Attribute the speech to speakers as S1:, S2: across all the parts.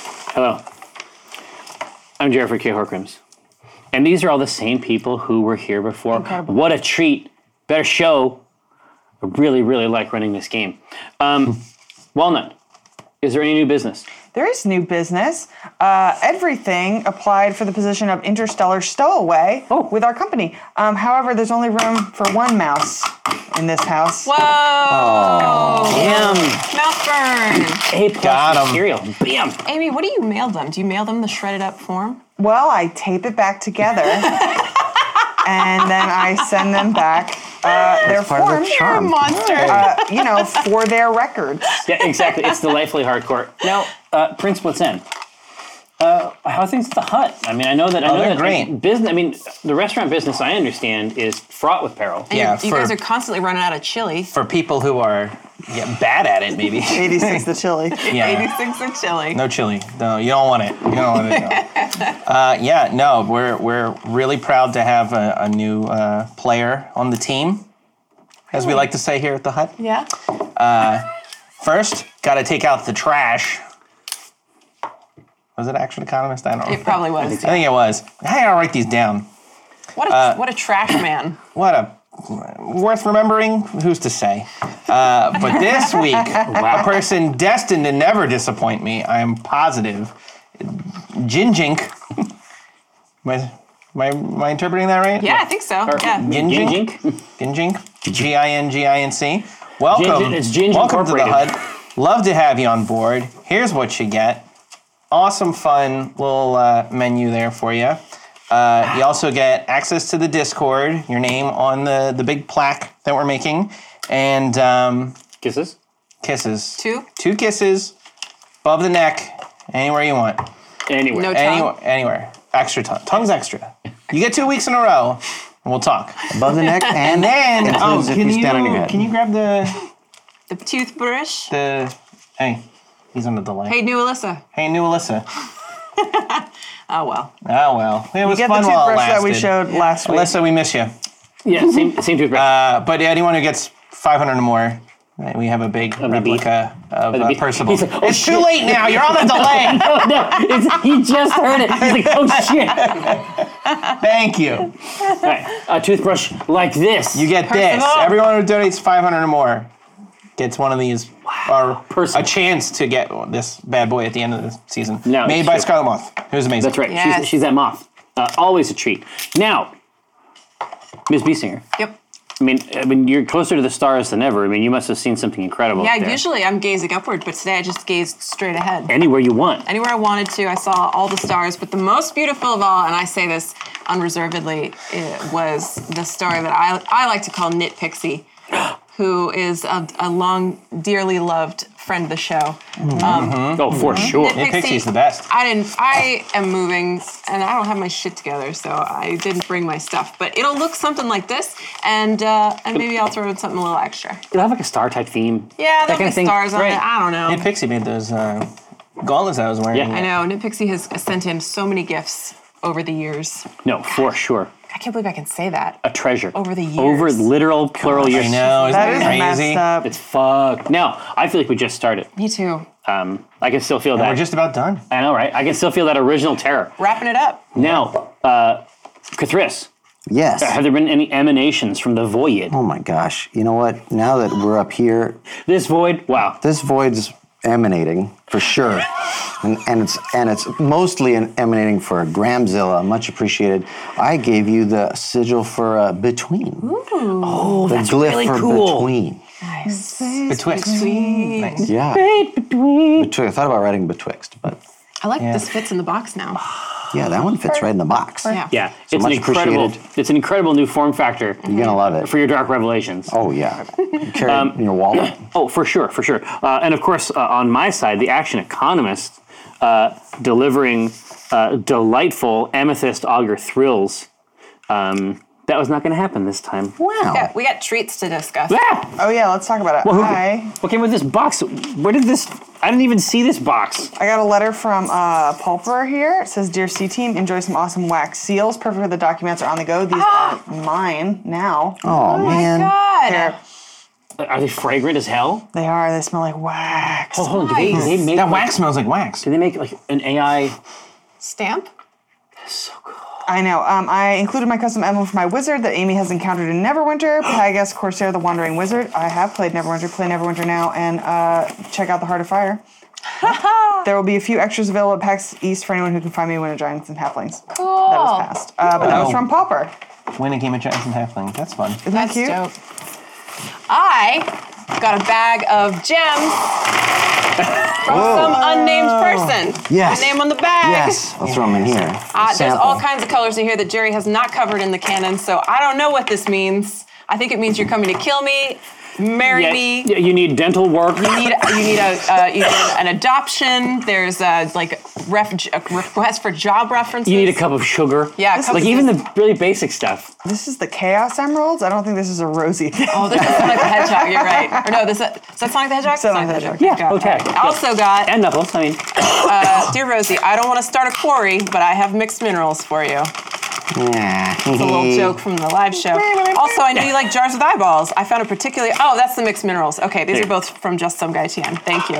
S1: Hello. I'm Jeffrey K. Horkrims. And these are all the same people who were here before.
S2: Incredible.
S1: What a treat. Better show. I really, really like running this game. Um, Walnut, is there any new business?
S2: There is new business. Uh, everything applied for the position of interstellar stowaway
S1: Oh.
S2: with our company. Um, however, there's only room for one mouse in this house.
S3: Whoa!
S1: Bam!
S3: Mouth burn.
S1: A plus
S4: Got 'em.
S1: material. Bam!
S3: Amy, what do you mail them? Do you mail them the shredded up form?
S2: Well, I tape it back together, and then I send them back uh, their
S4: part of
S2: form.
S4: the charm. You're a
S3: monster.
S2: Uh, you know, for their records.
S1: Yeah, exactly. It's the lively hardcore. Now, uh, Prince, what's in? Uh, how are things at the hut? I mean, I know that I know
S4: Oh, they're
S1: that
S4: great.
S1: business. I mean, the restaurant business, I understand, is fraught with peril.
S3: And you-
S4: Yeah,
S3: you, guys
S4: for-
S3: are constantly running out of chili.
S4: For people who are yeah, bad at it, maybe.
S2: 86 the chili.
S4: yeah.
S3: 86 of chili.
S4: No chili. No, you don't want it. You don't want it. No. uh, yeah, no, we're we're really proud to have a, a new uh, player on the team, as we like to say here at the hut.
S3: Yeah.
S4: First, got to take out the trash. Was it Action Economist? I don't.
S3: It
S4: know.
S3: probably was.
S4: I think it was. Hey, I'll write these down.
S3: What a,
S4: Uh,
S3: what a trash man.
S4: What a worth remembering. Who's to say? Uh, but this week, a person destined to never disappoint me. I am positive. Jinjink. Am I, am I, am I interpreting that right?
S3: Yeah, I think so. Yeah.
S4: Ginjink?
S1: Ginjink?
S4: Ginjink, G I N G I N C. Welcome.
S1: Ginjin- it's Ginjin
S4: Welcome to the
S1: Incorporated.
S4: HUD. Love to have you on board. Here's what you get. Awesome, fun little uh, menu there for you. Uh, you also get access to the Discord, your name on the, the big plaque that we're making, and um,
S1: Kisses?
S4: kisses.
S3: Two?
S4: Two kisses above the neck, anywhere you want.
S1: Anyway.
S3: No tongue.
S4: Anywhere. anywhere. Extra tongue. Tongue's extra. You get two weeks in a row, and we'll talk.
S5: Above the neck
S4: And
S5: and
S4: then, oh,
S5: includes if
S4: can
S5: you
S4: you,
S5: stand on your head.
S4: can you grab the
S3: The toothbrush.
S4: the? Hey, he's on the delay.
S3: Hey, new Alyssa.
S4: Hey, new Alyssa.
S3: Oh, well.
S4: Oh well, it was
S2: Get the
S4: fun
S2: toothbrush
S4: while it
S2: that we
S4: lasted.
S2: showed last week.
S4: Alyssa, we miss you.
S1: Yeah, same, same toothbrush.
S4: Uh, but anyone who gets 500 or more, uh, we have a big
S1: the beat.
S4: replica of
S1: the
S4: uh,
S1: beat.
S4: Percival.
S1: He's like, oh,
S4: it's
S1: shit.
S4: too late now. You're on a delay.
S1: oh, no. It's, he just heard it. He's like, oh, shit.
S4: Thank you.
S1: All right, a toothbrush like this.
S4: You get this.
S3: Percival.
S4: Everyone who donates 500 or more gets one of these, or
S1: Percival.
S4: a chance to get this bad boy at the end of the season.
S1: No,
S4: made
S1: it's
S4: by
S1: true.
S4: Scarlet Moth, who's amazing.
S1: That's right.
S3: Yes.
S1: She's, she's that moth. Uh, always a treat. Now, Ms. Biesinger,
S3: Yep.
S1: I mean, I mean, you're closer to the stars than ever. I mean, you must have seen something incredible.
S3: Yeah,
S1: up there.
S3: usually I'm gazing upward, but today I just gazed straight ahead.
S1: Anywhere you want.
S3: Anywhere I wanted to, I saw all the stars, but the most beautiful of all, and I say this unreservedly, it was the star that I, I like to call Knit Pixie, who is a, a long, dearly loved friend of the show.
S1: Oh, for
S3: Mm-hmm.
S1: sure.
S3: Knit
S4: Pixie's the best.
S3: I didn't. I am moving, and I don't have my shit together, so I didn't bring my stuff. But it'll look something like this, and uh, and maybe I'll throw in something a little extra.
S1: It'll have like a star type theme.
S3: Yeah,
S1: That
S3: there'll
S1: kind
S3: be
S1: of thing.
S3: stars on
S1: Right.
S3: it. I don't know.
S4: Hey, Pixie made those uh, gauntlets I was wearing.
S1: Yeah.
S3: I know. Knit Pixie has sent in so many gifts over the years.
S1: No, for sure.
S3: I can't believe I can say that.
S1: A treasure.
S3: Over the years.
S1: Over literal plural years.
S4: I know.
S2: That
S4: Isn't that,
S2: is
S4: crazy?
S2: messed up.
S1: It's fucked. Now, I feel like we just started.
S3: Me too.
S1: Um, I can still feel that.
S4: We're just about done.
S1: I know, right? I can still feel that original terror.
S3: Wrapping it up.
S1: Now, uh, Kathris,
S5: yes.
S1: have there been any emanations from the void?
S5: Oh my gosh. You know what? Now that we're up here,
S1: This void, wow.
S5: this void's emanating for sure. And, and it's and it's mostly an emanating for Gramzilla, much appreciated. I gave you the sigil for uh, between. Ooh, oh, the that's glyph
S1: really
S5: for
S1: cool.
S5: between.
S4: Betwixt. Nice.
S5: Yeah,
S1: Between.
S5: betwixt. I thought about writing betwixt, but
S3: I like this fits in the box now.
S5: yeah, that one fits right in the box.
S3: Yeah.
S1: Yeah, it's an
S5: much
S1: incredible.
S5: appreciated.
S1: It's an incredible new form factor
S5: You're gonna love it.
S1: for your dark revelations.
S5: Oh yeah, you carry it in your wallet.
S1: Oh, for sure, for sure. Uh, and of course, uh, on my side, the Action Economist uh, delivering uh, delightful amethyst auger thrills. Um, that was not going to happen this time.
S5: Wow.
S3: Yeah, we got treats to discuss.
S1: Ah!
S2: Oh, yeah, let's talk about it.
S1: Who-
S2: Hi.
S1: What came with this box? Where did this? I didn't even see this box.
S2: I got a letter from uh, Pulper here. It says, Dear C Team, enjoy some awesome wax seals. Perfect for the documents are on the go. These are mine now.
S5: Oh, man.
S3: God.
S2: Here.
S1: Are they fragrant as hell?
S2: They are. They smell like wax.
S1: Oh, hold on, do they, do they make
S4: That
S1: like-
S4: wax smells like wax.
S1: Do they make like an AI?
S3: Stamp?
S2: I know. Um, I included my custom emblem for my wizard that Amy has encountered in Neverwinter. Pegasus Corsair, the Wandering Wizard. I have played Neverwinter. Play Neverwinter now, and uh, check out the Heart of Fire. there will be a few extras available at PAX East for anyone who can find me when at Giants and Halflings. Cool. That was passed, uh, but that was
S4: Wow.
S2: from Pauper.
S4: When it came at Giants and Halfling. That's fun.
S2: Isn't that
S3: That's
S2: cute?
S3: dope. I got a bag of gems from some unnamed person.
S5: Yes.
S3: The name on the bag.
S5: Yes, I'll throw them in here.
S3: Uh, there's
S5: Sample.
S3: all kinds of colors in here that Jerry has not covered in the canon, so I don't know what this means. I think it means you're coming to kill me, marry
S1: Yeah,
S3: me.
S1: yeah, you need dental work.
S3: You need, you need a uh, you need an adoption. There's uh, like ref, a request for job references.
S1: You need a cup of sugar.
S3: Yeah,
S1: It's
S3: cup
S1: like
S3: of-
S1: even the really basic stuff.
S2: This is the Chaos Emeralds. I don't think this is a rosy thing.
S3: Oh, this is Sonic the Hedgehog. You're right. Or no, this is that Sonic the Hedgehog.
S2: Sonic the Hedgehog.
S1: Yeah,
S3: Got it.
S1: okay.
S3: I also got
S1: And knuckles. I mean,
S3: uh, dear Rosie. I don't want to start a quarry, but I have mixed minerals for you.
S5: Yeah. It's
S3: a little joke from the live show. Also, I know you like jars with eyeballs. I found a particularly oh, that's the mixed minerals. Okay, these
S1: There.
S3: are both from just some guy TM. Thank you.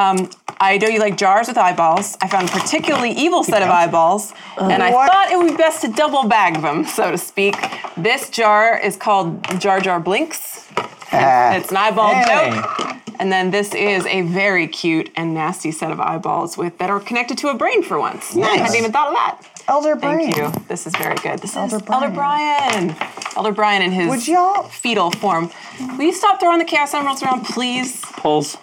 S3: Um, I know you like jars with eyeballs. I found a particularly evil set of eyeballs, and I
S2: What?
S3: thought it would be best to double bag them, so to speak. This jar is called Jar Jar Blinks.
S5: Ah,
S3: It's an eyeball
S4: Hey.
S3: joke. And then this is a very cute and nasty set of eyeballs with that are connected to a brain for once. I hadn't even thought of that.
S2: Elder Brain.
S3: Thank you. This is very good. This
S2: Elder
S3: is Elder Brian. Elder Brian in his
S2: Would y'all-
S3: fetal form. Will you stop throwing the Chaos Emeralds around, please?
S1: pulls.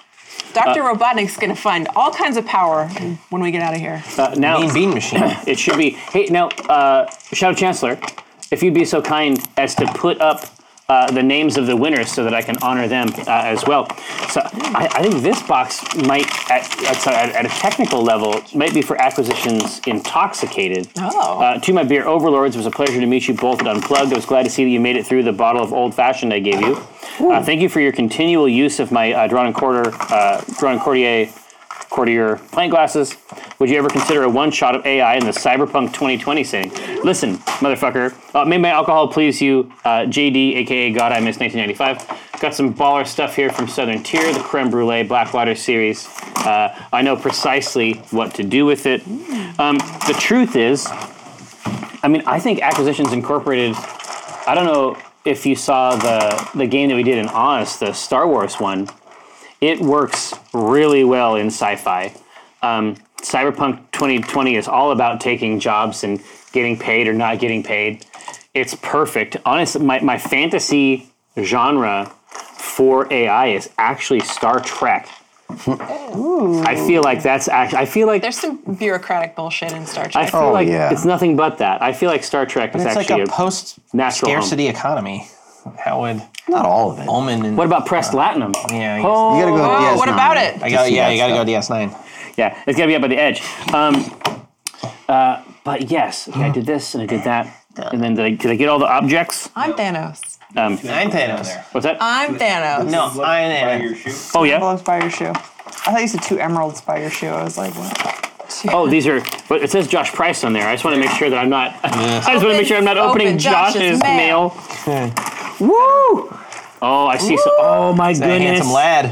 S3: Dr.
S1: Uh,
S3: Robotnik's gonna find all kinds of power when we get out of here.
S1: Uh, now
S4: Mean bean machine.
S1: it should be. Hey, now, uh, shout out Chancellor, if you'd be so kind as to put up. Uh, the names of the winners, so that I can honor them uh, as well. So I, I think this box might, at, at, sorry, at, at a technical level, might be for acquisitions intoxicated.
S3: Oh.
S1: Uh, to my beer overlords, it was a pleasure to meet you both at Unplugged. I was glad to see that you made it through the bottle of old fashioned I gave you. Uh, thank you for your continual use of my uh, drawn and quarter, uh, drawn and courtier, courtier pint glasses. Would you ever consider a one shot of AI in the Cyberpunk 2020 setting? Listen, motherfucker, uh, may my alcohol please you, uh, JD, aka God I Miss 1995. Got some baller stuff here from Southern Tier, the Creme Brulee Blackwater series. Uh, I know precisely what to do with it. Um, the truth is, I mean, I think Acquisitions Incorporated. I don't know if you saw the the game that we did in Honest, the Star Wars one. It works really well in sci-fi. Um, Cyberpunk 2020 is all about taking jobs and getting paid or not getting paid. It's perfect. Honestly, my, my fantasy genre for AI is actually Star Trek. I feel like that's actually. I feel like
S3: There's some bureaucratic bullshit in Star
S1: I
S3: Trek.
S1: feel
S5: Oh,
S1: like
S5: yeah.
S1: it's nothing but that. I feel like Star Trek is
S4: It's like
S1: actually
S4: a post
S1: natural home.
S4: scarcity economy. How would
S5: Not all of it.
S4: Omen and
S1: What about pressed
S4: Uh.
S1: latinum?
S4: Yeah, I guess-
S1: oh,
S5: You gotta go to
S3: Oh,
S5: DS9.
S3: what about it?
S4: I got,
S5: see
S4: yeah,
S5: that
S4: you gotta
S5: stuff.
S4: go DS9.
S1: yeah, it's gotta be up by the edge. Um, uh, but yes, okay, I did this and I did that, and then did I, did I get all the objects?
S3: I'm Thanos.
S4: Nine there.
S1: What's that?
S3: I'm Thanos.
S4: No, I am.
S1: oh yeah.
S2: Emeralds by your shoe. I thought you said two emeralds by your shoe. I was like, what?
S1: Oh, these are. But it says Josh Price on there. I just want to make sure that I'm not. I just want to
S3: Open-
S1: make sure I'm not
S3: open
S1: opening
S3: Josh's
S1: Josh's mail.
S3: mail.
S1: Woo! Oh, I see. So, oh my
S4: That
S1: goodness.
S4: handsome lad.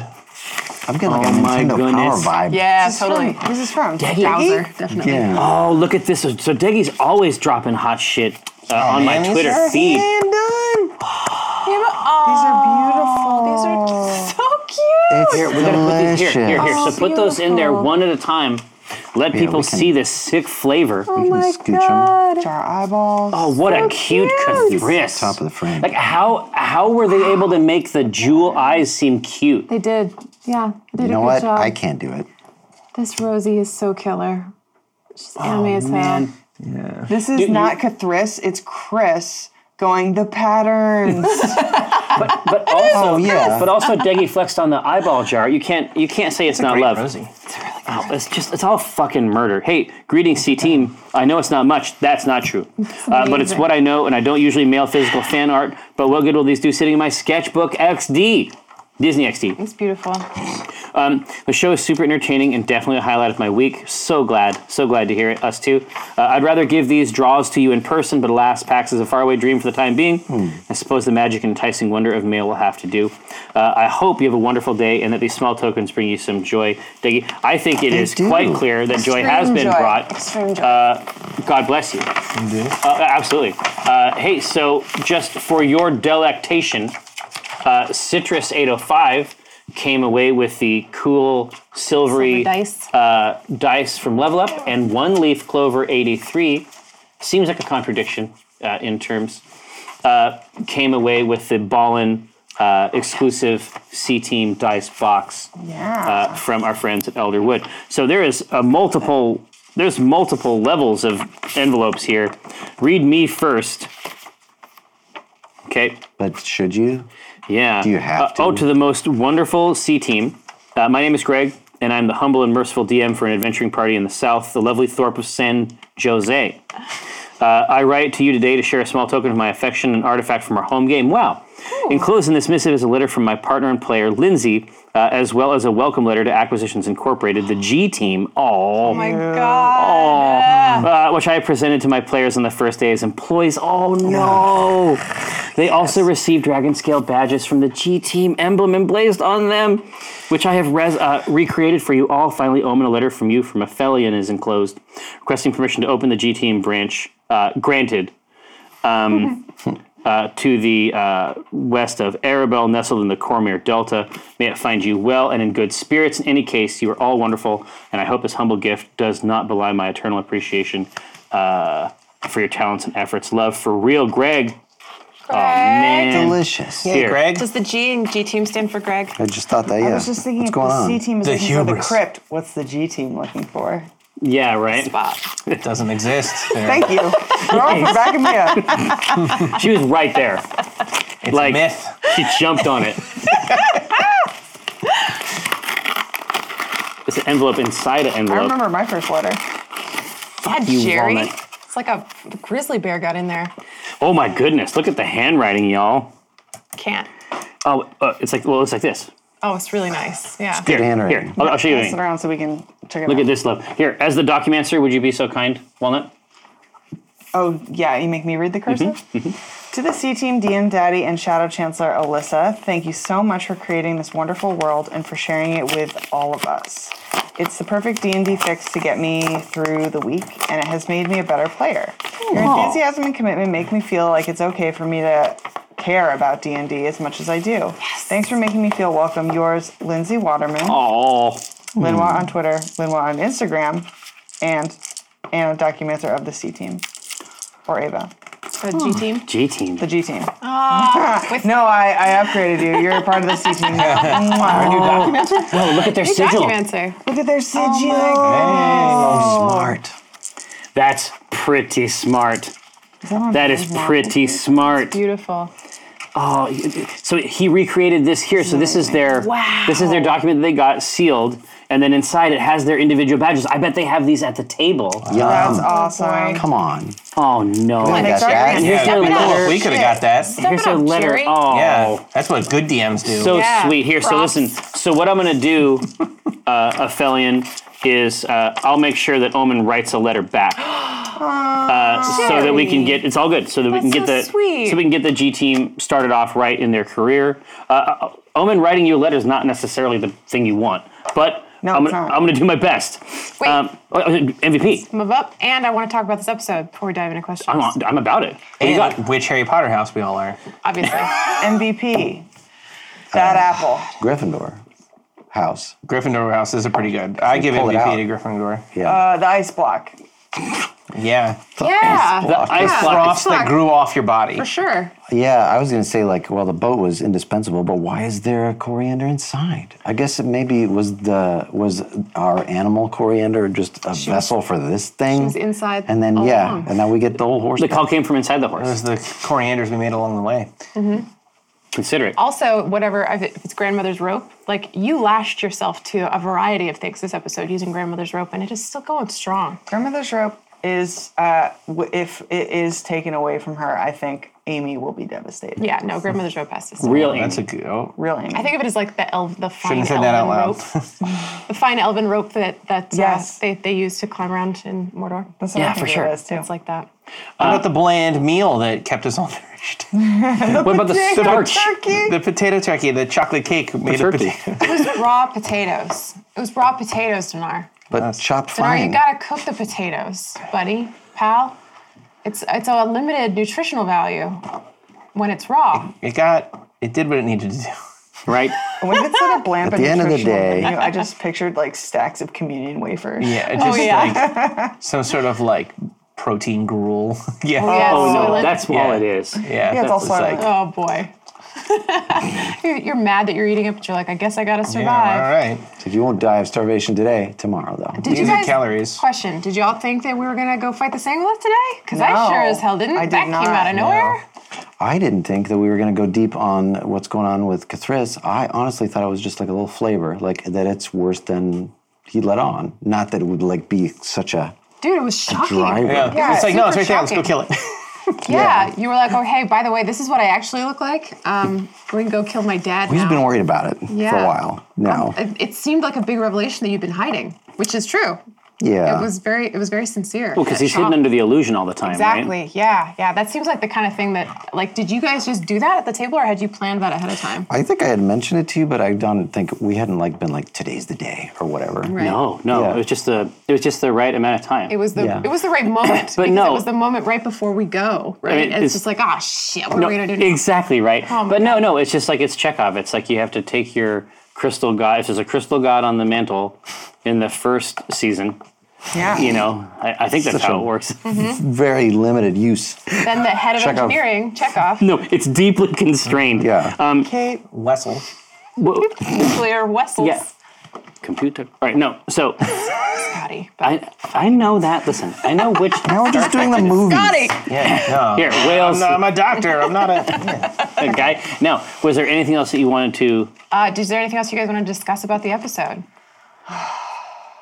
S5: I'm getting like
S1: Oh
S5: a
S1: my
S5: Nintendo
S1: goodness.
S5: Power vibe.
S3: Yeah,
S2: Who's
S3: totally.
S2: From, who's this from?
S3: Bowser, definitely.
S5: Yeah.
S1: Oh, look at this. So Deggy's always dropping hot shit uh, on
S4: man,
S1: my
S4: these
S1: Twitter
S4: are
S1: feed.
S3: Yeah, but- aw, These are so cute.
S5: Here,
S1: We're gonna put these here, here, here.
S3: Oh,
S1: so put those in there
S3: beautiful.
S1: one at a time. Let people
S5: we can-
S1: see this sick flavor.
S3: Oh
S5: You can scooch 'em
S2: Jar eyeballs.
S1: Oh, what a cute
S5: to the
S1: cathris.
S5: Top of the frame.
S1: Like how how were they able to make the jewel eyes seem cute?
S6: They did. Yeah. They did
S5: you know
S6: a good
S5: what?
S6: job.
S5: I can't do it.
S6: This Rosie is so killer. She's
S5: Oh,
S6: anime as hell.
S2: This is not Cathris, it's Chris going the patterns.
S1: But also,
S5: Oh, yeah.
S1: but also Deggy flexed on the eyeball jar. You can't you can't say it's, not
S4: Great
S1: love.
S4: Rosie.
S1: Oh, it's just it's all fucking murder. Hey, greetings, C team. I know it's not much. That's not true, uh, but it's what I know, and I don't usually mail physical fan art. But what good will these do sitting in my sketchbook XD? Disney XD.
S3: It's beautiful.
S1: Um, the show is super entertaining and definitely a highlight of my week. So glad, so glad to hear it. Us too. Uh, I'd rather give these draws to you in person, but alas, PAX is a faraway dream for the time being.
S5: Hmm.
S1: I suppose the magic and enticing wonder of mail will have to do. Uh, I hope you have a wonderful day and that these small tokens bring you some joy. Diggy, I think it
S5: They
S1: is
S5: do.
S1: quite clear that joy
S2: Extreme
S1: has been
S2: joy.
S1: brought. uh,
S6: Extreme joy.
S1: God bless you. Uh, absolutely. Uh, hey, so just for your delectation, uh, Citrus 805 came away with the cool silvery
S6: Silver dice.
S1: Uh, dice from Level Up and One Leaf Clover 83. Seems like a contradiction uh, in terms. Uh, came away with the Ballin uh, exclusive C Team dice box
S2: Yeah.
S1: uh, from our friends at Elderwood. So there is a multiple there's multiple levels of envelopes here. Read me first. Okay.
S5: But should you?
S1: Yeah.
S5: Do you have
S1: Uh,
S5: to?
S1: oh, to the most wonderful C team. Uh, my name is Greg, and I'm the humble and merciful DM for an adventuring party in the South, the lovely Thorpe of San Jose. Uh, I write to you today to share a small token of my affection, an artifact from our home game. Wow. Enclosed in this missive is a letter from my partner and player, Lindsay, uh, as well as a welcome letter to Acquisitions Incorporated, the G team. All.
S3: Oh my god.
S1: Uh, which I presented to my players on the first day as employees. Oh no! They also received dragon scale badges from the G Team emblem emblazoned on them, which I have res- uh, recreated for you all. Finally, Omen, a letter from you from Aphelion is enclosed, requesting permission to open the G Team branch. Uh, granted. Um, uh, to the uh, west of Arabel, nestled in the Cormier Delta. May it find you well and in good spirits. In any case, you are all wonderful, and I hope this humble gift does not belie my eternal appreciation uh, for your talents and efforts. Love for real, Greg. Oh, man.
S5: Delicious.
S4: Hey,
S1: Here.
S4: Greg.
S3: Does the G and G team stand for Greg?
S5: I just thought that. Yeah.
S2: I was just thinking
S5: What's
S2: if
S5: going
S2: the
S5: on?
S2: C team is
S4: The
S2: looking for the
S4: hubris.
S2: crypt, what's the G team looking for?
S1: Yeah, right.
S4: It doesn't exist. There.
S2: Thank you. You're all for backing me up.
S1: She was right there.
S4: it's
S1: like-
S4: a myth.
S1: She jumped on it. it's an envelope inside an
S2: I
S1: envelope.
S2: remember my first letter.
S3: Dad
S1: you,
S3: Jerry.
S1: walnut.
S3: It's like a the grizzly bear got in there.
S1: Oh my goodness! Look at the handwriting, y'all.
S3: Can't.
S1: Oh, uh, it's like well, it's like this.
S3: Oh, it's really nice. Yeah.
S1: Here,
S5: handwriting.
S1: here. I'll, I'll show you. what I
S2: Pass it
S1: mean.
S2: around so we can check it
S1: Look
S2: out.
S1: at this, love. Here, as the documancer, would you be so kind, Walnut?
S2: Oh, yeah, you make me read the cursive? to the C Team DM Daddy and Shadow Chancellor Alyssa, thank you so much for creating this wonderful world and for sharing it with all of us. It's the perfect D&D fix to get me through the week, and it has made me a better player. Your enthusiasm and commitment make me feel like it's okay for me to care about D&D as much as I do. Thanks for making me feel welcome. Yours, Lindsay Waterman,
S1: Oh,
S2: Linwa on Twitter, Linwa on Instagram, and and a documenter of the C Team, or Ava.
S3: The G team.
S1: G team.
S2: The G team.
S7: Ah.
S2: no, I, I upgraded you. You're a part of the C team. now.
S1: Whoa, Oh, look at their sigil.
S3: Documenter.
S2: Look
S7: Oh
S2: at their sigil.
S4: oh,
S5: Smart.
S1: That's pretty smart. That is pretty smart.
S3: Beautiful.
S1: Oh, so he recreated this here. So this is their this is their document that they got sealed, and then inside it has their individual badges. I bet they have these at the table.
S5: Yum.
S2: That's awesome.
S5: Come on.
S1: Oh no!
S5: I got
S2: sorry.
S5: that.
S1: And here's
S4: Yeah,
S1: their
S4: we
S1: letter.
S4: could- we could have got that.
S1: Here's
S3: Step
S1: their
S3: it up,
S1: letter.
S3: Jerry.
S1: Oh,
S4: Yeah, that's what good DMs do.
S1: so
S3: Yeah,
S1: sweet. Here, so
S3: props.
S1: listen. So what I'm gonna do, uh, Aphelion, is uh, I'll make sure that Omen writes a letter back, uh, so that we can get it's all good. So that we can get
S3: That's
S1: the
S3: so sweet.
S1: so we can get the G team started off right in their career. Uh, Uh, Omen writing you a letter is not necessarily the thing you want, but
S2: No,
S1: I'm,
S2: it's
S1: gonna,
S2: not.
S1: I'm gonna do my best.
S3: Wait.
S1: oh, oh, MVP.
S3: Move up. And I want to talk about this episode before we dive into questions.
S1: I'm, on, I'm about it. What do you
S4: And
S1: got?
S4: which Harry Potter house we all are.
S3: Obviously.
S2: MVP. That apple.
S5: Gryffindor house.
S4: Gryffindor house is a pretty good. I give
S5: Pull it
S4: MVP
S5: out.
S4: to Gryffindor.
S5: Yeah.
S2: Uh, the ice block.
S4: Yeah.
S3: yeah.
S1: The ice
S3: Yeah.
S1: block is
S4: Frost that grew off your body.
S3: For sure.
S5: yeah, I was gonna say like, well, the boat was indispensable, but why is there a coriander inside? I guess it maybe it was the was our animal coriander just a vessel for this thing? She
S3: was inside
S5: And then
S3: all
S5: yeah,
S3: along.
S5: and now we get the whole horse.
S1: The call came from inside the horse.
S4: There's the corianders we made along the way.
S1: Consider it.
S3: Also, whatever, if it- if it's grandmother's rope, like you lashed yourself to a variety of things this episode using grandmother's rope, and it is still going strong.
S2: Grandmother's rope is, uh, w- if it is taken away from her, I think Amy will be devastated.
S7: Yeah, no, grandmother's rope has to stop.
S1: Real Amy.
S4: That's a good. Oh,
S2: Real Amy.
S7: I think of it as like the elf, the fine
S4: shouldn't have said
S7: elven
S4: that out loud.
S7: rope, the fine elven rope that that uh,
S2: Yes.
S7: they they use to climb around in Mordor.
S2: That's what
S1: Yeah,
S2: I think
S1: for sure.
S2: It is, too.
S7: It's like that.
S4: What about the bland meal that kept us all nourished?
S1: What about the
S2: Dang,
S1: starch?
S2: turkey.
S4: the potato turkey, the chocolate cake made of
S1: turkey.
S4: potato.
S6: It was raw potatoes. It was raw potatoes, Dinar.
S5: But chopped
S6: Dinar, you
S5: fine.
S6: gotta cook the potatoes, buddy, pal. It's it's a limited nutritional value when it's raw.
S4: It got. It did what it needed to do.
S1: Right?
S2: When it said a bland but
S5: the end of the
S2: nutritional
S5: day-
S2: menu, I just pictured like stacks of communion wafers.
S4: Yeah,
S6: Oh,
S4: it just
S7: Oh, yeah.
S4: like some sort of like protein gruel. yeah.
S7: Yeah,
S1: Oh no,
S7: soylent.
S1: that's all
S4: Yeah.
S1: it is.
S4: Yeah,
S2: it's
S4: that
S2: all
S4: was
S2: soylent.
S4: like,
S7: Oh boy. you're, you're mad that you're eating it, but you're like, I guess I gotta survive.
S4: yeah, all right.
S5: If you won't die of starvation today, tomorrow though.
S6: Did you
S4: These are
S6: guys
S4: calories.
S6: question? Did y'all think that we were gonna go fight the Sangolith today? Because I
S2: No,
S6: sure as hell didn't.
S2: I did
S6: that
S2: not,
S6: came out of
S2: no.
S6: nowhere.
S5: I didn't think that we were going to go deep on what's going on with Cathris. I honestly thought it was just like a little flavor, like that it's worse than he let on. Not that it would like be such a
S6: Dude, it was shocking.
S5: driver.
S4: Yeah.
S6: Yeah,
S4: it's like no, it's
S6: super
S4: right there. Let's go
S6: shocking.
S4: kill it.
S6: Yeah, you were like, oh hey, by the way, this is what I actually look like. Um, we can go kill my dad.
S5: We've
S6: now.
S5: been worried about it for
S6: Yeah. Um,
S5: a while now.
S6: It, it seemed like a big revelation that you've been hiding, which is true.
S5: yeah.
S6: It was very, it was very sincere.
S1: Well, because he's hidden under the illusion all the time,
S6: Exactly.
S1: right?
S6: Yeah. Yeah. That seems like the kind of thing that, like, did you guys just do that at the table, or had you planned that ahead of time?
S5: I think I had mentioned it to you, but I don't think we hadn't like been like today's the day or whatever.
S6: Right.
S1: No, no,
S5: Yeah.
S1: it was just the it was just the right amount of time.
S6: It was the,
S5: Yeah.
S6: it was the right moment.
S1: But
S6: because
S1: no.
S6: it was the moment right before we go. Right.
S1: mean,
S6: and
S1: it's-
S6: it's, just like, ah, shit. What
S1: no,
S6: are we gonna do? Now?
S1: exactly right.
S6: Oh my
S1: but no, no, it's just like it's Chekhov. It's like you have to take your crystal god. If there's a crystal god on the mantle in the first season,
S2: Yeah.
S1: you know, I, I think that's
S5: Such
S1: how
S5: a-
S1: it works.
S5: Very limited use.
S6: Then the head of
S5: Chekhov.
S6: engineering, Chekhov,
S1: no, it's deeply constrained.
S5: Yeah.
S2: Kate,
S4: Wessel.
S1: Well,
S6: nuclear Wessels,
S1: yeah. Computer. All right. No. So
S6: Scotty.
S1: I I know that. Listen, I know which.
S5: now we're just doing the movie.
S6: Scotty.
S4: Yeah. No.
S1: Here, Wales,
S4: I'm, not, I'm a doctor. I'm not a.
S1: a guy. No, was there anything else that you wanted to?
S6: Uh, is there anything else you guys want to discuss about the episode?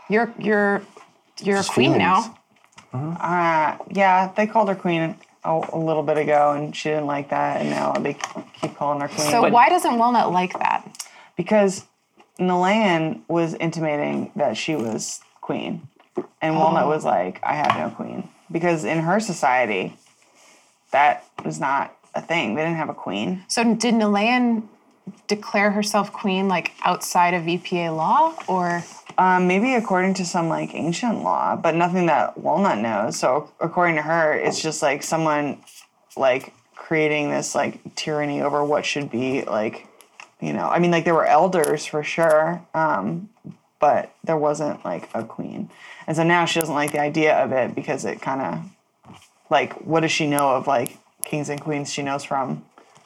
S6: You're you're you're a queen now.
S2: uh, yeah, they called her queen a, a little bit ago, and she didn't like that, and now they keep calling her queen.
S6: So why doesn't Walnut like that?
S2: because Nalan was intimating that she was queen, and Walnut was like, "I have no queen," because in her society, that was not a thing. They didn't have a queen.
S6: So did Nilan declare herself queen like outside of VPA law or
S2: Um, maybe according to some like ancient law, but nothing that Walnut knows. So according to her, it's just like someone like creating this like tyranny over what should be like, you know. I mean, like there were elders for sure, um, but there wasn't like a queen, and so now she doesn't like the idea of it because it kind of like what does she know of like kings and queens she knows from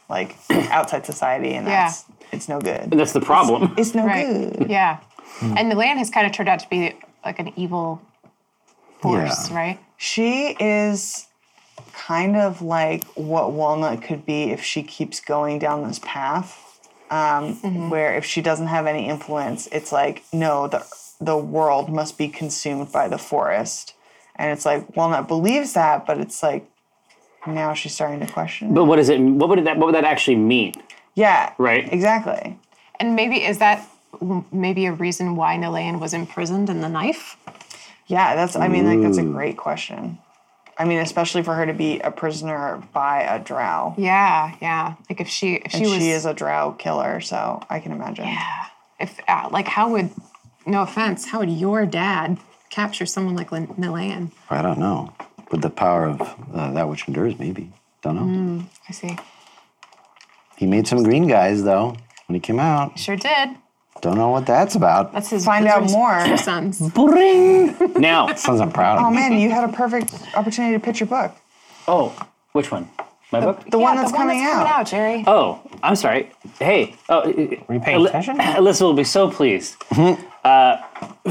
S2: like outside society, and
S6: Yeah.
S2: that's it's no good.
S1: That's the problem.
S2: It's no
S6: right?
S2: good.
S6: Yeah. And Nilan has kind of turned out to be like an evil force, right?
S2: She is kind of like what Walnut could be if she keeps going down this path. Um,
S6: Mm-hmm.
S2: Where if she doesn't have any influence, it's like no, the the world must be consumed by the forest, and it's like Walnut believes that, but it's like now she's starting to question. it.
S1: But what is it? What would that? What would that actually mean?
S2: yeah,
S1: Right.
S2: exactly.
S6: And maybe is that maybe a reason why Nilan was imprisoned in the knife?
S2: Yeah, that's. I mean, like that's a great question. I mean, especially for her to be a prisoner by a drow.
S6: Yeah, yeah. Like if she if she
S2: and
S6: was
S2: she is a drow killer, so I can imagine.
S6: if uh, like how would no offense how would your dad capture someone like Lin- Nilan?
S5: I don't know. With the power of uh, that which endures, maybe. Don't know.
S2: Hmm.
S6: I see.
S5: He made some green guys though when he came out.
S6: Sure did.
S5: Don't know what that's about.
S6: That's his.
S2: Find
S6: those
S2: out
S6: are his
S2: more.
S6: two sons.
S1: Now.
S5: Sons, I'm proud of.
S2: Oh man, you had a perfect opportunity to pitch your book.
S1: Oh, which one? My book.
S2: The one that's
S6: the
S2: coming out.
S6: Jerry.
S1: Oh, I'm sorry. Hey, oh,
S4: Were you paying attention?
S1: Alyssa will be so pleased. uh,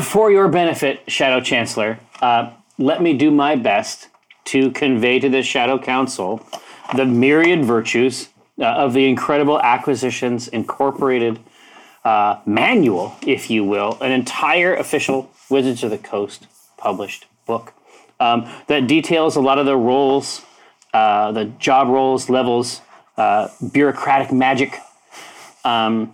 S1: for your benefit, Shadow Chancellor, uh, let me do my best to convey to the Shadow Council the myriad virtues uh, of the incredible acquisitions incorporated uh, manual, if you will, an entire official Wizards of the Coast published book um, that details a lot of the roles uh, the job roles, levels, uh, bureaucratic magic, um,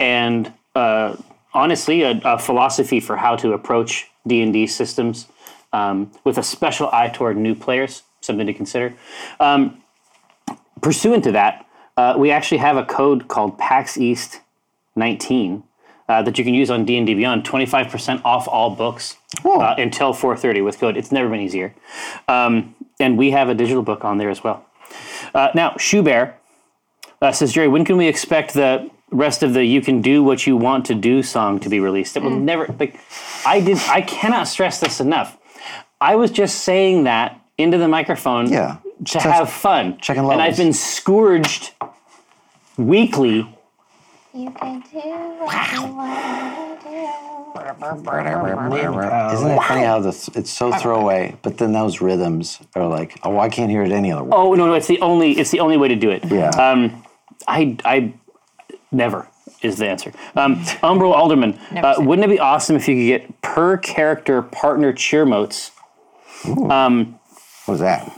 S1: and uh, honestly, a, a philosophy for how to approach D and D systems um, with a special eye toward new players. Something to consider. Um, pursuant to that, uh, we actually have a code called PAX East 19 uh, that you can use on D&D Beyond, 25% off all books uh, until 4.30 with code. It's never been easier. Um, and we have a digital book on there as well. Uh, now, Shoe Bear uh, says, Jerry, when can we expect the rest of the "You Can Do What You Want to Do" song to be released? It will never. Like, I did. I cannot stress this enough. I was just saying that into the microphone
S5: Yeah.
S1: to
S5: Test-
S1: have fun.
S5: checking
S1: And I've
S5: levels.
S1: been scourged weekly.
S8: You can do what you want to
S5: Isn't it funny how this, it's so throwaway, but then those rhythms are like, oh, I can't hear it any other way.
S1: Oh no, no, it's the only it's the only way to do it.
S5: Yeah.
S1: Um, I I never is the answer. Um, Umbral Alderman,
S6: Never
S1: uh,
S6: say.
S1: wouldn't it be awesome if you could get per character partner cheer motes?
S5: What was that?
S2: Uh,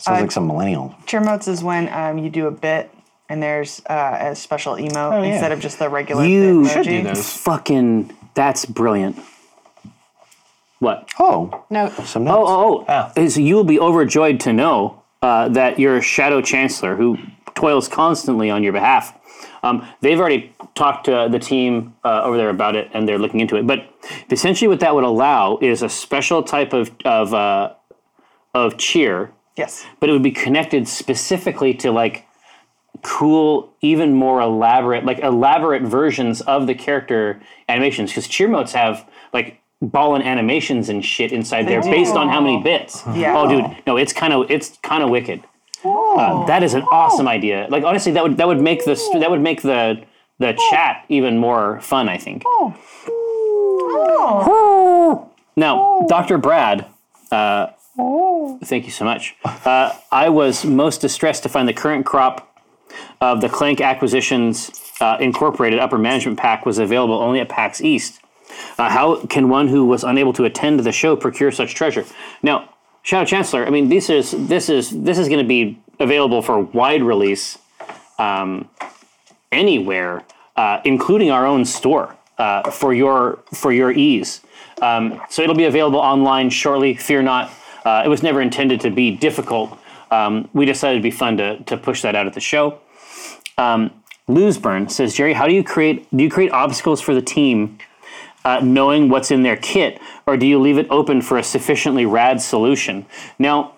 S5: Sounds like some millennial.
S2: Cheer motes is when um, you do a bit and there's uh, a special emote
S6: Oh,
S4: yeah.
S2: instead of just the regular
S1: You
S2: emoji.
S1: should
S4: do those.
S1: Fucking, that's brilliant. What?
S5: Oh,
S6: No,
S5: some notes.
S1: Oh,
S4: Oh.
S1: oh, oh. Is you will be overjoyed to know uh, that your shadow chancellor, who toils constantly on your behalf, um, they've already talked to the team uh, over there about it, and they're looking into it. But essentially, what that would allow is a special type of of uh, of cheer,
S2: Yes.
S1: but it would be connected specifically to like cool, even more elaborate, like elaborate versions of the character animations. Because cheer motes have like ball and animations and shit inside there based on how many bits.
S2: Yeah.
S1: Oh, dude, no, it's kind of it's kind of wicked. Uh, that is an awesome idea. Like honestly, that would that would make the st- that would make the the chat even more fun. I think. Now, Dr. Brad, uh, thank you so much. Uh, I was most distressed to find the current crop of the Clank Acquisitions uh, Incorporated Upper Management Pack was available only at PAX East. Uh, how can one who was unable to attend the show procure such treasure? Now, Shadow Chancellor, I mean, this is this is this is going to be available for wide release um, anywhere, uh, including our own store uh, for your for your ease. Um, so it'll be available online shortly. Fear not. Uh, it was never intended to be difficult. Um, we decided it'd be fun to, to push that out at the show. Um, Loseburn says, Jerry, how do you create do you create obstacles for the team, uh, knowing what's in their kit, or do you leave it open for a sufficiently rad solution? Now,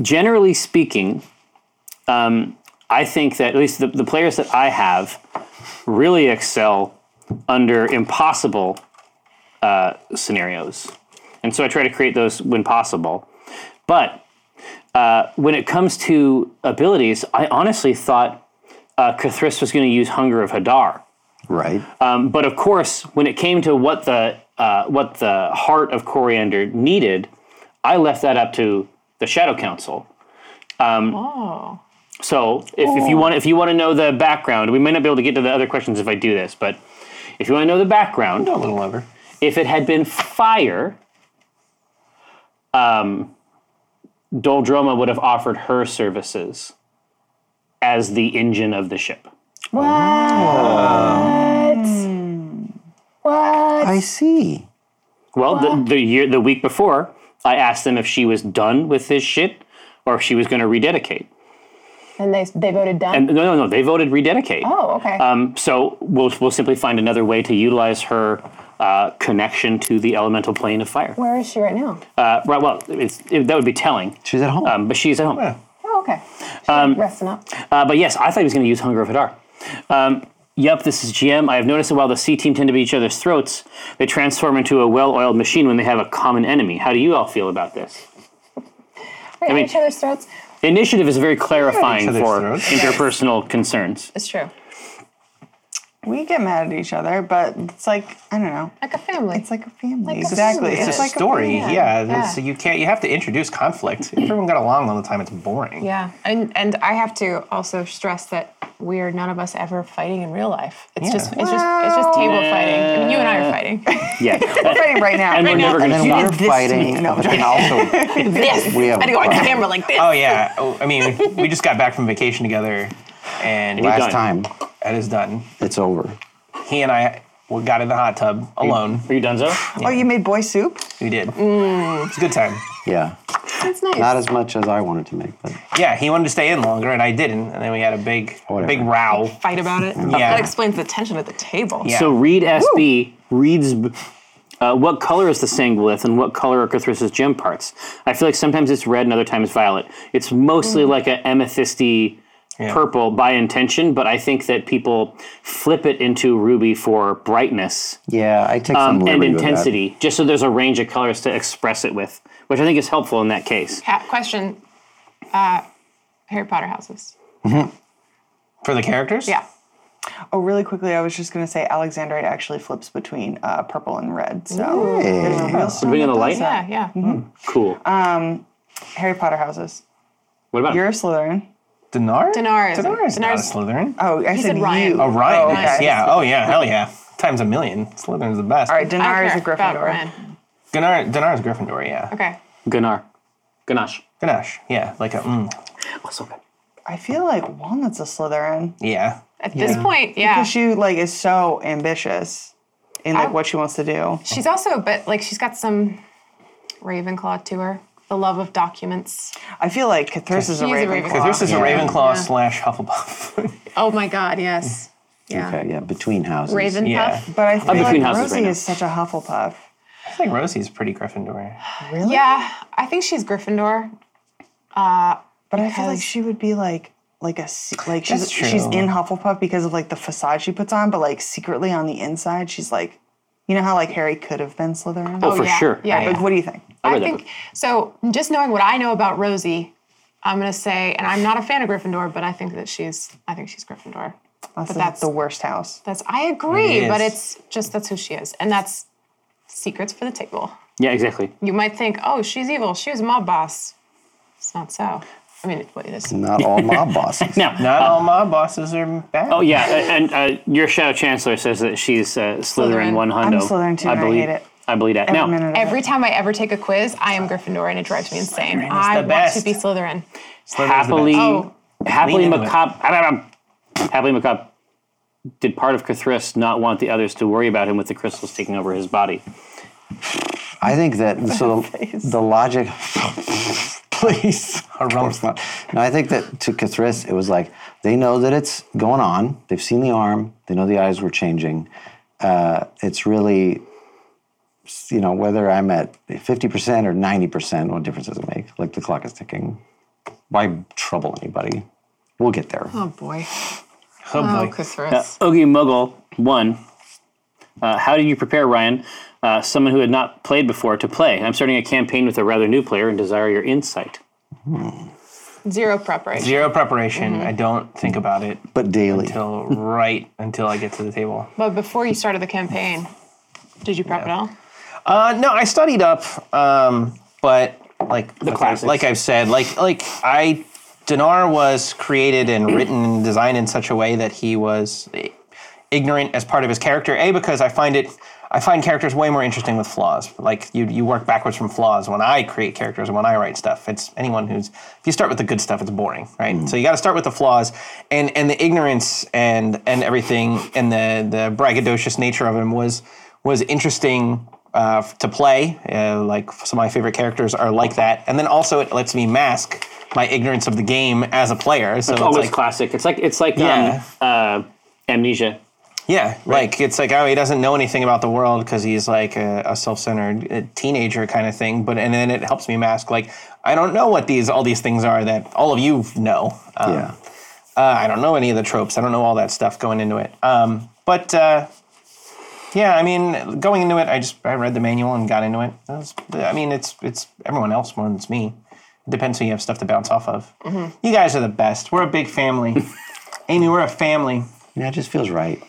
S1: generally speaking, um, I think that at least the, the players that I have really excel under impossible uh, scenarios. And so I try to create those when possible. But uh, when it comes to abilities, I honestly thought uh, Cathris was going to use Hunger of Hadar.
S5: Right.
S1: Um, but of course, when it came to what the uh, what the heart of Coriander needed, I left that up to the Shadow Council. Um,
S6: oh,
S1: So if, if you want if you want to know the background, we may not be able to get to the other questions if I do this, but if you want to know the background,
S4: A little over.
S1: if it had been fire, um, Doldroma would have offered her services as the engine of the ship.
S5: I see.
S1: Well, the, the year the week before, I asked them if she was done with this shit or if she was going to rededicate.
S6: and they they voted down.
S1: And no, no, no, they voted rededicate.
S6: oh, okay.
S1: Um, so we'll we'll simply find another way to utilize her uh, connection to the elemental plane of fire.
S6: Where is she right now?
S1: Uh, right. Well, it's, it, that would be telling.
S5: She's at home.
S1: Um, but she's at home.
S6: Oh, okay. She's resting up.
S1: Uh, but yes, I thought he was going to use Hunger of Hadar. Um, yep, this is GM. I have noticed that while the C team tend to be each other's throats, they transform into a well-oiled machine when they have a common enemy. How do you all feel about this?
S6: Right
S1: mean-
S6: at each other's throats.
S1: Initiative is very clarifying
S4: each other's
S1: for
S4: throats.
S1: interpersonal concerns.
S6: It's true.
S2: we get mad at each other, but it's like I don't know.
S6: Like a family.
S2: It's like a family.
S6: Like a
S2: exactly.
S6: family.
S4: It's,
S6: It's
S4: a
S6: like a
S4: story.
S6: plan.
S4: yeah.
S6: Yeah.
S4: So you can't. You have to introduce conflict. If everyone got along all the time, it's boring.
S6: yeah, and and I have to also stress that we are none of us ever fighting in real life. It's
S4: Yeah.
S6: just it's just it's just table fighting. I mean, you and I are fighting.
S1: Yeah.
S2: We're fighting right now.
S1: and we're never
S5: And
S1: going to
S5: then
S1: stop.
S5: we're fighting. and also,
S6: this.
S5: We have
S6: I had to go on camera like this.
S4: Oh yeah. Oh, I mean, we just got back from vacation together, and
S1: You're
S5: last
S1: done.
S5: time,
S4: that is done.
S5: it's over.
S4: He and I we got in the hot tub alone.
S1: Are you done, Zoe?
S2: Oh, you made boy soup?
S4: We did. It's a good time.
S5: Yeah.
S6: That's nice.
S5: Not as much as I wanted to make, but
S4: Yeah, he wanted to stay in longer, and I didn't. And then we had a big,
S5: Whatever.
S4: big row.
S3: Fight about it.
S4: Yeah.
S3: That explains the tension at the table.
S4: Yeah.
S1: So Reed SB reads b- uh, what color is the sanglith and what color are Cthulhu's gem parts. I feel like sometimes it's red and other times violet. It's mostly like a amethysty purple by intention, but I think that people flip it into ruby for brightness
S5: yeah, I take some
S1: um, and
S5: liberty with that.
S1: intensity, just so there's a range of colors to express it with, which I think is helpful in that case.
S6: Pat, question. Uh, Harry Potter houses.
S4: for the characters.
S6: Yeah.
S2: Oh, really quickly, I was just going to say Alexandrite actually flips between uh, purple and red. So there's
S5: Eh,
S2: a real
S1: Did we get a light?
S6: Yeah, yeah.
S1: Cool.
S2: Harry Potter houses.
S1: what about
S2: You're a Slytherin.
S4: Dinar.
S6: Dinar is-
S4: Dinar is not a
S6: Dinar's-
S4: Slytherin.
S2: Oh, I
S6: He
S2: said,
S6: said Ryan.
S2: you.
S4: Oh, Ryan.
S2: Oh,
S4: is.
S2: okay.
S4: Yeah. Oh, yeah. Hell yeah. Times a million. Slytherin's the best.
S2: All right,
S6: I
S2: Dinar is a
S6: care about
S2: Gryffindor.
S6: Ryan.
S4: Dinar. Dinar is Gryffindor. Yeah.
S6: Okay.
S1: Ganar? Ganache.
S4: Ganache. Yeah. Like a. Mm,
S1: Oh, so good.
S2: I feel like Walnut's a Slytherin
S4: yeah.
S6: At this point, yeah.
S2: because she like is so ambitious in like what she wants to do.
S6: She's also a bit like she's got some Ravenclaw to her. The love of documents.
S2: I feel like Cathurse is a
S6: She's a
S2: Ravenclaw.
S6: Ravenclaw.
S4: This is a
S5: Yeah.
S4: Ravenclaw slash Hufflepuff.
S6: Oh my God, yes. Yeah.
S5: Okay, yeah, between houses.
S6: Raven
S4: yeah.
S6: Puff.
S2: But I feel
S1: between
S2: like
S1: houses
S2: Rosie
S1: right now.
S2: is such a Hufflepuff.
S4: I think Rosie's pretty Gryffindor.
S2: Really?
S6: Yeah, I think she's Gryffindor.
S2: But I feel like
S6: Because-
S2: she would be like like a se- like she's
S4: That's true.
S2: she's in Hufflepuff because of like the facade she puts on, but like secretly on the inside she's like, you know how like Harry could have been Slytherin.
S1: Oh, for
S6: yeah,
S1: sure.
S6: yeah.
S2: Like, what do you think?
S1: I
S6: I
S1: read that
S6: think
S1: book.
S6: so. Just knowing what I know about Rosie, I'm gonna say, and I'm not a fan of Gryffindor, but I think that she's, I think she's Gryffindor.
S2: Also,
S6: but that's
S2: the worst house.
S6: that's I agree,
S4: It
S6: but
S4: is.
S6: it's just that's who she is, and that's secrets for the table.
S1: Yeah, exactly.
S6: You might think, oh, she's evil. She was a mob boss. It's not so. I mean, it, it is.
S5: Not all mob bosses.
S1: Now,
S4: Not all mob bosses are bad.
S1: Oh yeah, a- and uh, your shadow chancellor says that she's uh, Slytherin
S6: Slytherin.
S1: one hundo.
S2: I'm Slytherin too,
S1: I
S2: and I
S1: believe
S2: hate it.
S1: I believe that.
S2: Every
S1: now,
S2: minute of it.
S6: Every time I ever take a quiz, I am Gryffindor, and it drives me insane. I
S4: the
S6: want
S4: best.
S6: to be Slytherin.
S4: Slytherin's the
S1: happily,
S4: best.
S6: Oh.
S1: happily
S4: Lean into it.
S1: macabre, ah, happily macabre. Did part of Cthulhu not want the others to worry about him with the crystals taking over his body?
S5: I think that so the, the logic. Please,
S4: A
S5: course not. No, I think that to Cathris, it was like they know that it's going on. They've seen the arm. They know the eyes were changing. Uh, it's really, you know, whether I'm at fifty percent or ninety percent, what difference does it make? Like the clock is ticking. Why trouble anybody? We'll get there.
S3: Oh boy.
S4: Oh,
S3: Oh,
S4: boy.
S3: Cthulhu.
S1: Uh, Oogie Muggle one. Uh, how did you prepare Ryan, uh, someone who had not played before, to play? I'm starting a campaign with a rather new player and desire your insight.
S6: Zero preparation.
S4: Zero preparation. I don't think about it
S5: But daily,
S4: until right until I get to the table.
S6: But before you started the campaign, did you prep at all?
S4: Uh, no, I studied up, um, but like like, I,
S1: classics.
S4: like I've said, like like I Dinar was created and written and designed in such a way that he was i- ignorant as part of his character. A because I find it. I find characters way more interesting with flaws. Like you, you work backwards from flaws when I create characters and when I write stuff. It's anyone who's if you start with the good stuff, it's boring, right? So you got to start with the flaws and and the ignorance and and everything and the the braggadocious nature of him was was interesting uh, f- to play. Uh, like some of my favorite characters are like that, and then also it lets me mask my ignorance of the game as a player. So Oh, it's
S1: Always
S4: like,
S1: classic. It's like it's like
S4: Yeah.
S1: um, uh, amnesia.
S4: yeah, like it's like oh, he doesn't know anything about the world because he's like a, a self-centered uh, teenager kind of thing. But and then it helps me mask like I don't know what these all these things are that all of you know. Um,
S5: yeah.
S4: uh, I don't know any of the tropes. I don't know all that stuff going into it. Um, but uh, yeah, I mean, going into it, I just I read the manual and got into it. That was, I mean, it's it's everyone else more than it's me. It depends who you have stuff to bounce off of.
S6: Mm-hmm.
S4: You guys are the best. We're a big family. Amy, we're a family.
S5: You know, it just feels right.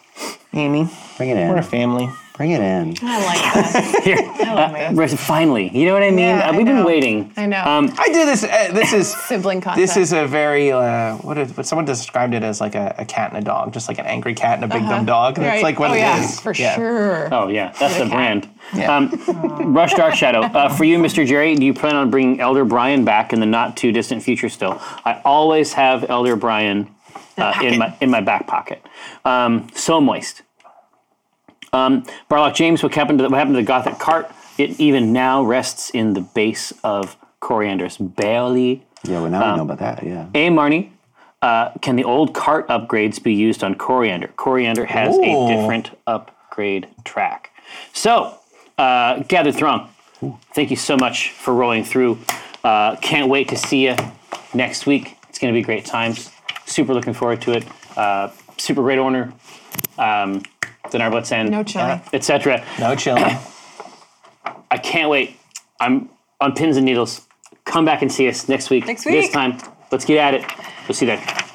S4: Amy,
S5: Bring it in.
S4: we're a family.
S5: Bring it in.
S6: I like that.
S1: Here, uh, Rose, finally, you know what I mean.
S6: Yeah,
S1: Uh,
S6: I
S1: We've been
S6: know.
S1: waiting.
S6: I know.
S1: Um,
S4: I do this. Uh, this is
S6: Sibling contact.
S4: This is a very uh, what, is, what someone described it as like a, a cat and a dog, just like an angry cat and a big dumb dog. That's
S6: Right.
S4: like what
S6: oh,
S4: it is.
S6: yeah, for
S4: Yeah.
S6: sure.
S1: oh yeah, that's the
S6: cat.
S1: brand.
S4: Yeah.
S1: Um, Rush Dark Shadow. Uh, for you, Mr. Jerry, do you plan on bringing Elder Brian back in the not too distant future? Still, I always have Elder Brian uh, in my in my back pocket. Um, so moist. Um, Barlock James, what happened to the, what happened to the Gothic cart? It even now rests in the base of Coriander's barely
S5: Yeah, well, now we know about that. Yeah.
S1: A Marnie, uh, can the old cart upgrades be used on Coriander? Coriander has
S4: Ooh.
S1: a different upgrade track. So, uh, Gathered Throng, thank you so much for rolling through. Uh, can't wait to see you next week. It's going to be great times. Super looking forward to it. Uh, super great owner. Um, the Narblitz End,
S6: No chili.
S1: etc.
S4: No chilling.
S1: I can't wait. I'm on pins and needles. Come back and see us next week.
S3: Next
S1: This
S3: week.
S1: time, let's get at it. We'll see you then.